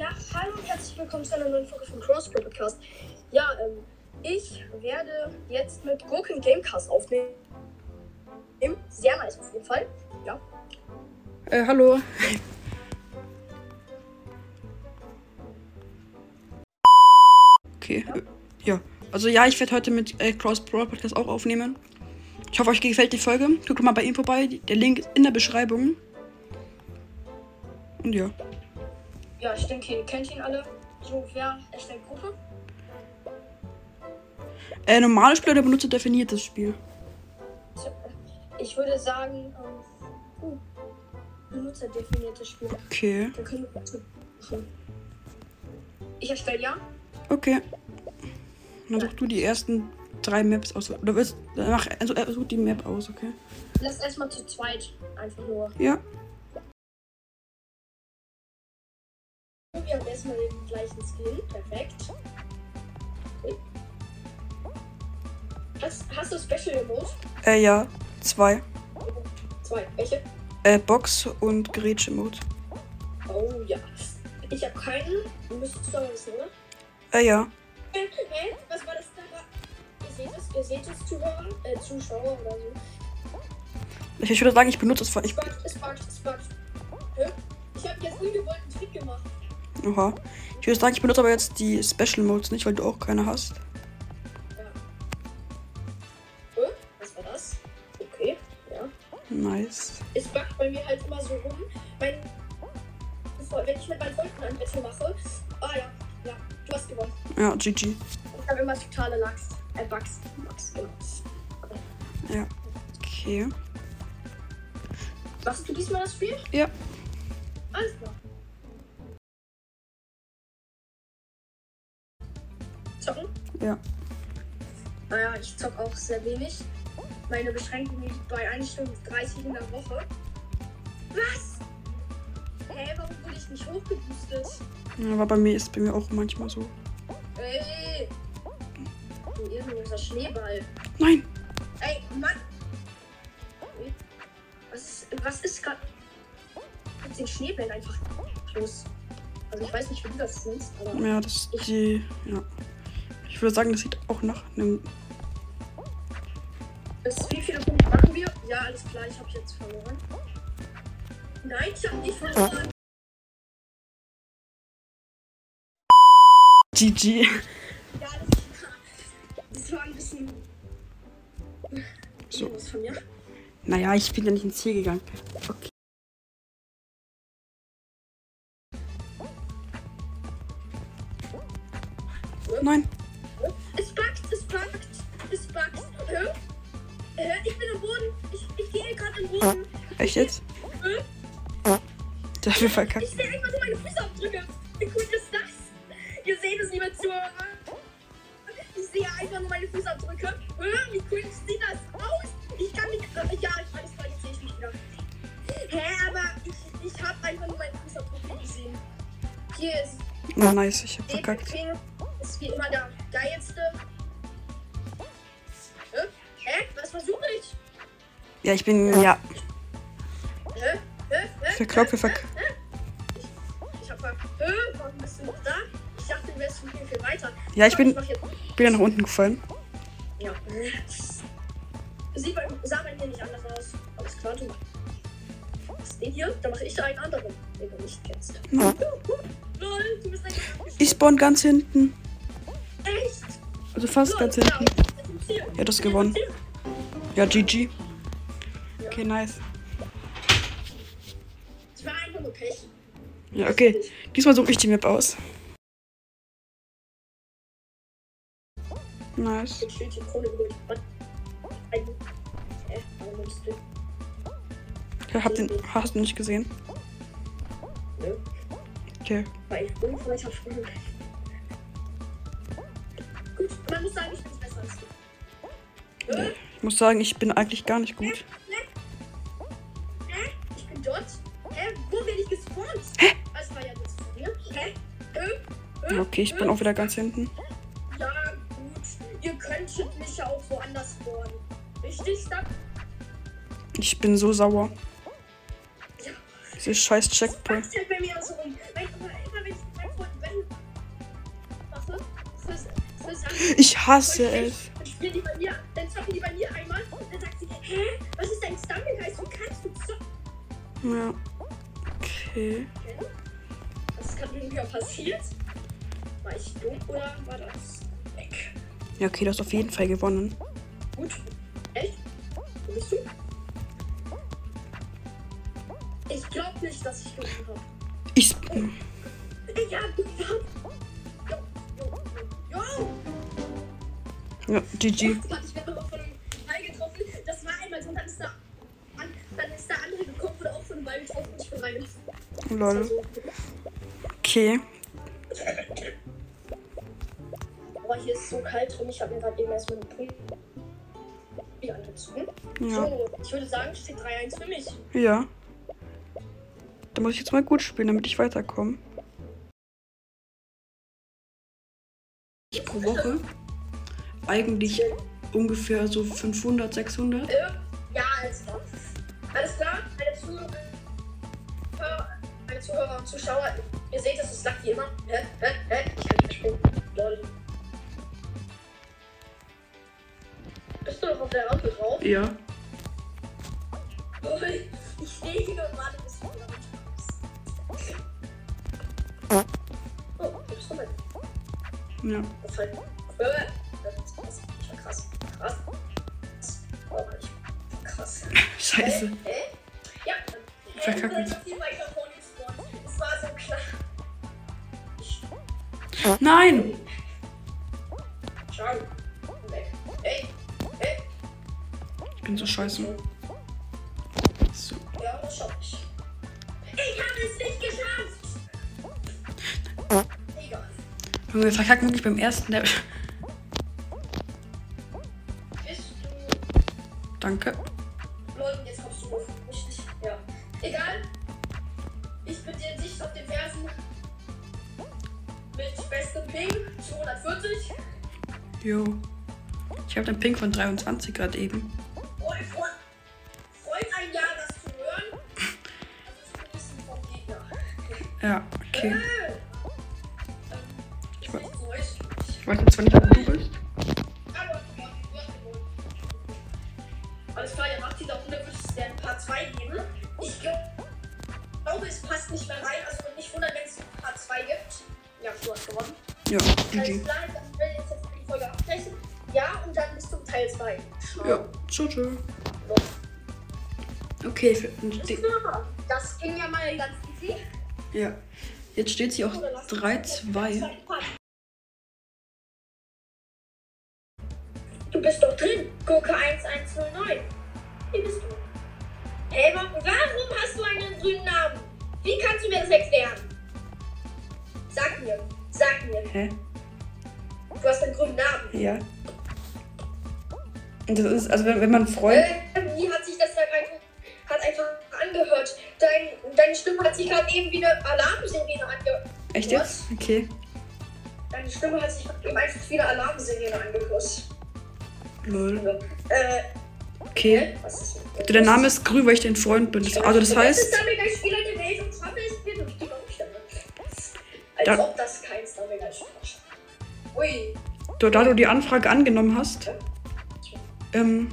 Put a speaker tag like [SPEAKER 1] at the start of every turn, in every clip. [SPEAKER 1] Hallo und herzlich willkommen zu einer neuen Folge von Crossbow Podcast. Ja, ähm, ich werde jetzt mit Gurken Gamecast aufnehmen. Sehr nice auf jeden Fall. Ja.
[SPEAKER 2] Äh, hallo. Okay. äh, Ja. Also ja, ich werde heute mit äh, Cross Broad Podcast auch aufnehmen. Ich hoffe, euch gefällt die Folge. Guckt doch mal bei ihm vorbei. Die- Der Link ist in der Beschreibung. Und ja.
[SPEAKER 1] Ja, ich denke, ihr kennt ihn alle. So, wer erstellt Gruppe?
[SPEAKER 2] Äh, normale Spieler oder benutzt definiertes Spiel?
[SPEAKER 1] So, äh, Ich würde sagen, ähm, uh, benutzerdefiniertes Spiel.
[SPEAKER 2] Okay.
[SPEAKER 1] Da können wir dazu machen. Ich erstelle ja.
[SPEAKER 2] Okay. Dann such du die ersten drei Maps aus. Oder willst danach also, äh, such die Map aus, okay?
[SPEAKER 1] Lass erstmal zu zweit einfach nur.
[SPEAKER 2] Ja.
[SPEAKER 1] Wir haben erstmal den gleichen Skin. Perfekt. Hast, hast du Special Emote?
[SPEAKER 2] Äh, ja. Zwei.
[SPEAKER 1] Zwei. Welche?
[SPEAKER 2] Äh, Box und Gerätschemod.
[SPEAKER 1] Oh ja. Ich habe keinen. Du müsstest doch wissen, oder?
[SPEAKER 2] Äh, ja.
[SPEAKER 1] Hä? Hä? Was war das da? Ihr seht es, ihr seht es, Zuhörer, äh, Zuschauer oder so.
[SPEAKER 2] Ich, ich würde sagen, ich benutze es. ver- Ich,
[SPEAKER 1] Es buggt, es buggt, es buggt. Hä? Ich habe jetzt ungewollt einen Trick gemacht.
[SPEAKER 2] oha. Ich würde sagen, ich benutze aber jetzt die Special Modes nicht, weil du auch keine hast.
[SPEAKER 1] Ja. Hä? Was war das? Okay, ja.
[SPEAKER 2] Nice.
[SPEAKER 1] es backt bei mir halt immer so rum. Mein, wenn ich mit meinen Freunden ein Battle mache, ah ja, ja, du hast gewonnen.
[SPEAKER 2] Ja, GG.
[SPEAKER 1] Ich habe immer totale Lachs. Äh, Bugs. Bugs, genau.
[SPEAKER 2] Ja. Okay.
[SPEAKER 1] Machst du diesmal das Spiel?
[SPEAKER 2] Ja.
[SPEAKER 1] Alles klar. Zocken?
[SPEAKER 2] Ja.
[SPEAKER 1] Naja, ich zocke auch sehr wenig. Meine Beschränkung liegt bei 1 Stunde 30 in der Woche. Was? Hä, warum wurde ich nicht hochgeboostet?
[SPEAKER 2] Ja, Aber bei mir ist bei mir auch manchmal so.
[SPEAKER 1] Ey! Du ehrenloser Schneeball.
[SPEAKER 2] Nein!
[SPEAKER 1] Ey, Mann! Ey, Was ist, was ist gerade mit den Schneebällen einfach los? Also ich weiß nicht, wie du das siehst, aber
[SPEAKER 2] Ja, das ist die. Ja. Ich würde sagen, das sieht auch nach einem.
[SPEAKER 1] bis wie viele Punkte machen wir? Ja, alles klar, ich habe jetzt verloren. Nein, ich habe nicht verloren.
[SPEAKER 2] GG.
[SPEAKER 1] Ja, alles klar. Das war ein bisschen
[SPEAKER 2] So.
[SPEAKER 1] los von mir.
[SPEAKER 2] Naja, ich bin ja nicht ins Ziel gegangen. Okay. Nein.
[SPEAKER 1] Es backt, es backt, es backt. Hä? Hä? Ich bin im Boden. Ich, ich gehe gerade im Boden.
[SPEAKER 2] Echt jetzt? Dafür verkackt.
[SPEAKER 1] Ich will einfach nur meine Füße abdrücke. Wie cool ist das? Ihr seht es, liebe Zuhörer. Ich sehe einfach nur meine Fußabdrücke. Hä? Wie cool sieht das aus? Ich kann nicht. äh, Ja, ich alles klar, jetzt sehe ich mich wieder. Hä, aber ich, ich habe einfach nur meine Fußabdrücke gesehen. Hier ist
[SPEAKER 2] Na, nice, ich hab verkackt.
[SPEAKER 1] King. Ist wie immer der geilste. Hä? Hä? Was versuche ich?
[SPEAKER 2] Ja, ich bin. Ja.
[SPEAKER 1] Hä? Hä? Hä?
[SPEAKER 2] Ich glaube, wir verkacken.
[SPEAKER 1] Ich hab gefragt, hä, warum bist du noch da? Ich dachte, du wärst schon viel, viel weiter.
[SPEAKER 2] Ja, ich bin-
[SPEAKER 1] mach jetzt-
[SPEAKER 2] bin ja nach unten gefallen.
[SPEAKER 1] Ja. Sieht man, sah man hier nicht anders aus. Alles klar, du. Was den hier? Da mache ich einen anderen, den du nicht kennst.
[SPEAKER 2] Na.
[SPEAKER 1] Lol, du bist einfach abgeschnitten.
[SPEAKER 2] Ich spawn ganz hinten.
[SPEAKER 1] Echt?
[SPEAKER 2] Also fast
[SPEAKER 1] Lol,
[SPEAKER 2] ganz
[SPEAKER 1] ja,
[SPEAKER 2] hinten.
[SPEAKER 1] das ist ein Ziel.
[SPEAKER 2] Ja, das gewonnen.
[SPEAKER 1] Das ist ein
[SPEAKER 2] Ja, GG. Okay, nice.
[SPEAKER 1] Ziel. Ich war einfach nur Pech.
[SPEAKER 2] Ja, okay. Diesmal suche ich die Map aus. Nice.
[SPEAKER 1] Ich bin die Krone geholt. Was? Ein. Äh, warum bist du?
[SPEAKER 2] Ich hab den. Hast du nicht gesehen?
[SPEAKER 1] Nö.
[SPEAKER 2] Okay.
[SPEAKER 1] Weil Ne? ich bin weiter früh. Gut, man muss sagen, ich bin besser als du.
[SPEAKER 2] Nee. Ich muss sagen, ich bin eigentlich gar nicht gut.
[SPEAKER 1] Hä? Ich bin dort? Hä? Wo bin ich gespawnt? Hä? Das war ja das von dir. Hä? Äh?
[SPEAKER 2] Ja, Okay, ich bin auch wieder ganz hinten.
[SPEAKER 1] Ja, gut. Ihr könntet mich ja auch woanders spawnen. Richtig? Da?
[SPEAKER 2] Ich bin so sauer.
[SPEAKER 1] Ja.
[SPEAKER 2] Dieses scheiß Checkpoint.
[SPEAKER 1] Das halt bei mir so rum. Weil, immer, immer wenn ich mit meinen Freunden Battle
[SPEAKER 2] Ich hasse es.
[SPEAKER 1] Dann spielen die bei mir, dann zocken die bei mir einmal und dann sagt sie, hä, was ist dein Stumble heißt? Wie kannst du zocken?
[SPEAKER 2] Ja. Okay.
[SPEAKER 1] Was ist gerade mit mir passiert? War ich dumm oder war das weg?
[SPEAKER 2] Ja, okay, du hast auf jeden Fall gewonnen.
[SPEAKER 1] Gut. Echt? Wo bist du? Ich glaub nicht, dass ich gewonnen Äh, habe.
[SPEAKER 2] Ich.
[SPEAKER 1] Ich hab gewonnen. Jo, jo, jo. Jo!
[SPEAKER 2] Ja, GG.
[SPEAKER 1] Mann, ich werde auch von einem Ball getroffen. Das war einmal so und dann ist der, an, dann ist der andere gekommen, wurde auch von einem Ball getroffen und ich bin reingetroffen. Das war
[SPEAKER 2] Lol.
[SPEAKER 1] so.
[SPEAKER 2] Okay.
[SPEAKER 1] Aber hier ist so kalt drin, ich habe mir gerade eben erstmal einen Punkt hier angezogen.
[SPEAKER 2] Ja.
[SPEAKER 1] So, ich würde sagen, steht 3-1 für mich.
[SPEAKER 2] Ja. Da muss ich jetzt mal gut spielen, damit ich weiterkomme. Ich pro Woche eigentlich ungefähr so 500, 600.
[SPEAKER 1] Äh, Ja, alles klar. Alles klar, meine Zuhörer, meine Zuhörer und Zuschauer, ihr seht, das ist Lucky immer. Hä? Hä? Hä? Ich kann nicht verschwinden. Lol. Bist du noch auf der Rampe drauf?
[SPEAKER 2] Ja.
[SPEAKER 1] Lol. Ich stehe hier und warte, bis du wieder runterkommst. Oh, wo bist du denn?
[SPEAKER 2] Ja.
[SPEAKER 1] Das ist halt. Äh, das ist krass. Krass. Oh, ich. Krass.
[SPEAKER 2] Scheiße.
[SPEAKER 1] Hä? Ja.
[SPEAKER 2] Verkackt.
[SPEAKER 1] Die Mikrofone gespawnt. Es war so klar.
[SPEAKER 2] Nein!
[SPEAKER 1] Schau. Weg. Hey. Hey.
[SPEAKER 2] Ich bin so scheiße. So.
[SPEAKER 1] Ja, das schaff ich. Ich habe es nicht geschafft. Egal.
[SPEAKER 2] Junge, wir verkacken wirklich beim ersten Level.
[SPEAKER 1] Bist
[SPEAKER 2] Danke.
[SPEAKER 1] du. Leute, jetzt kommst du auf. Richtig. Ja. Egal. Ich bin dir dicht auf den Fersen. Mit bestem Ping. 240.
[SPEAKER 2] Jo. Ich habe den Ping von 23 gerade eben.
[SPEAKER 1] Freut, freut, freut ein Jahr, das zu hören. Das ist ein bisschen vom Gegner.
[SPEAKER 2] Ja, okay.
[SPEAKER 1] Ich weiß.
[SPEAKER 2] Ich weiß jetzt zwar nicht, ob du bist.
[SPEAKER 1] Alles klar, ihr macht dieser Runde, wird es ein paar 2 geben. Ich glaub- glaube, es passt nicht mehr rein. Also nicht wundern, wenn es ein paar 2 gibt. Ja, du hast gewonnen.
[SPEAKER 2] Ja,
[SPEAKER 1] Alles
[SPEAKER 2] GG.
[SPEAKER 1] klar, dann will ich jetzt die Folge abbrechen. Ja, und dann bis zum Teil 2.
[SPEAKER 2] Ja, tschö, tschö. Okay, für,
[SPEAKER 1] Das ging ja mal ganz easy.
[SPEAKER 2] ja. Jetzt steht sie auch 3-2.
[SPEAKER 1] Du bist doch drin. Gurke 1109. Wie bist du? Hey, wa- warum hast du einen grünen Namen? Wie kannst du mir das erklären? Sag mir, sag mir,
[SPEAKER 2] Hä?
[SPEAKER 1] du hast einen grünen Namen.
[SPEAKER 2] Ja. Und Das ist, also wenn, wenn man Freund.
[SPEAKER 1] Äh, wie hat sich das dann einfach, hat einfach angehört? Dein, deine Stimme hat sich gerade eben wie eine Alarmsirene angehört.
[SPEAKER 2] Echt jetzt? Okay.
[SPEAKER 1] Deine Stimme hat sich eben einfach wie eine Alarmsirene angehört.
[SPEAKER 2] Lol.
[SPEAKER 1] Äh,
[SPEAKER 2] Okay.
[SPEAKER 1] was ist
[SPEAKER 2] Der Name ist grün, weil ich dein Freund bin. Also das
[SPEAKER 1] Das ist
[SPEAKER 2] heißt.
[SPEAKER 1] Stummiger Spieler der Welt und Trump ist mir durch die Baumstämme. Als
[SPEAKER 2] Da-
[SPEAKER 1] ob das kein Stummiger Spieler ist. Ui.
[SPEAKER 2] Da, da du die Anfrage angenommen hast, ähm,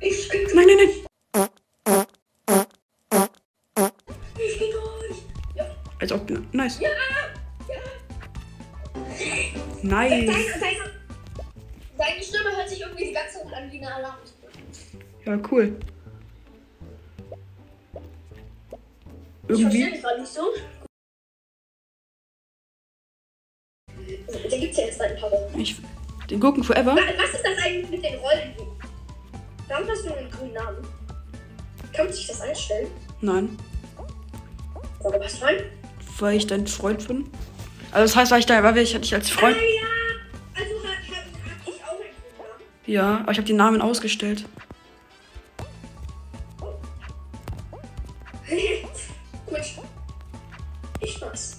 [SPEAKER 1] Ich bin
[SPEAKER 2] nein, nein, nein.
[SPEAKER 1] ich bin durch.
[SPEAKER 2] Als ob, nice. Nice.
[SPEAKER 1] Deine, deine, deine Stimme hört sich irgendwie die ganze Zeit an wie eine Alarm.
[SPEAKER 2] Ja, cool.
[SPEAKER 1] Ich verstehe
[SPEAKER 2] Irgendwie.
[SPEAKER 1] dich gerade nicht so. Den gibt's ja erst seit ein paar Wochen.
[SPEAKER 2] Ich, den Gurken Forever?
[SPEAKER 1] Wa- Was ist das eigentlich mit den Rollen? Warum hast du einen grünen Namen? Kann man sich das einstellen?
[SPEAKER 2] Nein,
[SPEAKER 1] Warum hast du einen?
[SPEAKER 2] weil ich dein Freund bin. Also das heißt, weil ich da weil ich dich als Freund.
[SPEAKER 1] Ah, Also habe hab ich auch einen grünen Namen.
[SPEAKER 2] Ja, aber ich habe den Namen ausgestellt.
[SPEAKER 1] Quatsch. Ich war's.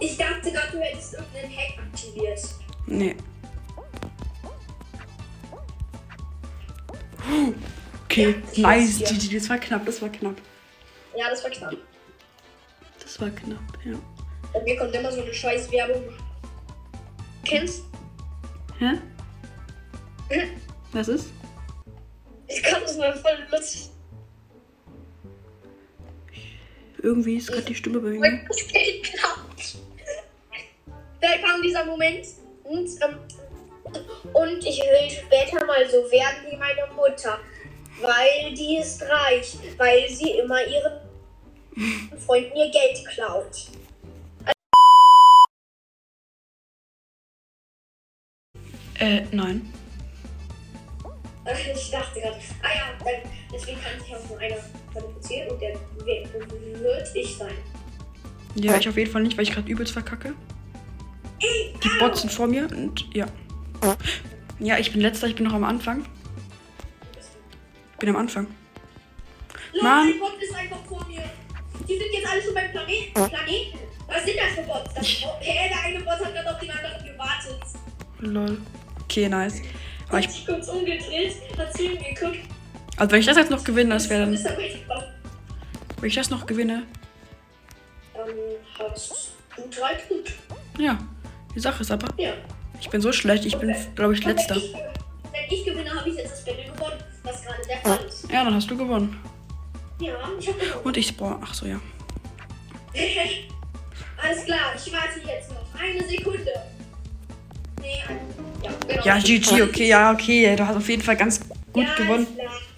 [SPEAKER 1] Ich dachte gerade, du hättest irgendeinen Hack aktiviert.
[SPEAKER 2] Nee. Huh, Okay,
[SPEAKER 1] Ja,
[SPEAKER 2] nice,
[SPEAKER 1] ja.
[SPEAKER 2] GG, das war knapp, das war knapp.
[SPEAKER 1] Ja, das war knapp.
[SPEAKER 2] Das war knapp, ja.
[SPEAKER 1] Bei mir kommt immer so eine scheiß Werbung. Kennst
[SPEAKER 2] Hä? Was ist?
[SPEAKER 1] Ich kann das mal voll lustig.
[SPEAKER 2] Irgendwie ist gerade die Stimme bei mir.
[SPEAKER 1] Das geht grad. Da kam dieser Moment und, ähm, und ich will später mal so werden wie meine Mutter. Weil die ist reich, weil sie immer ihren Freunden ihr Geld klaut.
[SPEAKER 2] Äh, nein.
[SPEAKER 1] Ich dachte gerade, ah ja, dann, deswegen kann sich auch nur einer qualifizieren und der wird ich sein.
[SPEAKER 2] Ja, ich auf jeden Fall nicht, weil ich gerade übelst verkacke. Die Bots sind vor mir und ja. Ja, ich bin letzter, ich bin noch am Anfang. Bin am Anfang.
[SPEAKER 1] Leute,
[SPEAKER 2] Mann.
[SPEAKER 1] die Bots ist einfach vor mir. Die sind jetzt alle schon beim Planeten. Planeten? Was sind das für Bots? Das, okay, der eine Bot hat gerade auf den anderen gewartet.
[SPEAKER 2] Lol. Okay, nice. Aber
[SPEAKER 1] Hat
[SPEAKER 2] ich,
[SPEAKER 1] sich kurz umgedreht, hat zu ihm geguckt.
[SPEAKER 2] also wenn ich das jetzt noch gewinne, das wäre dann.
[SPEAKER 1] Ist aber echt Bot.
[SPEAKER 2] Wenn ich das noch gewinne.
[SPEAKER 1] Dann hast du drei Punkte.
[SPEAKER 2] Ja. Die Sache ist aber,
[SPEAKER 1] Ja.
[SPEAKER 2] ich bin so schlecht, ich bin, glaube ich,
[SPEAKER 1] Und
[SPEAKER 2] letzter.
[SPEAKER 1] Wenn ich, wenn ich gewinne, habe ich jetzt das Battle gewonnen, was gerade der
[SPEAKER 2] Ah.
[SPEAKER 1] Fall ist.
[SPEAKER 2] Ja, dann hast du gewonnen.
[SPEAKER 1] Ja, ich habe gewonnen.
[SPEAKER 2] Und ich spawn. Ach so, ja.
[SPEAKER 1] Alles klar, ich warte jetzt noch. Eine Sekunde. Nee, ein, ja, genau.
[SPEAKER 2] Ja, GG, okay, ja, okay. Du hast auf jeden Fall ganz gut
[SPEAKER 1] ja,
[SPEAKER 2] gewonnen.
[SPEAKER 1] Alles klar.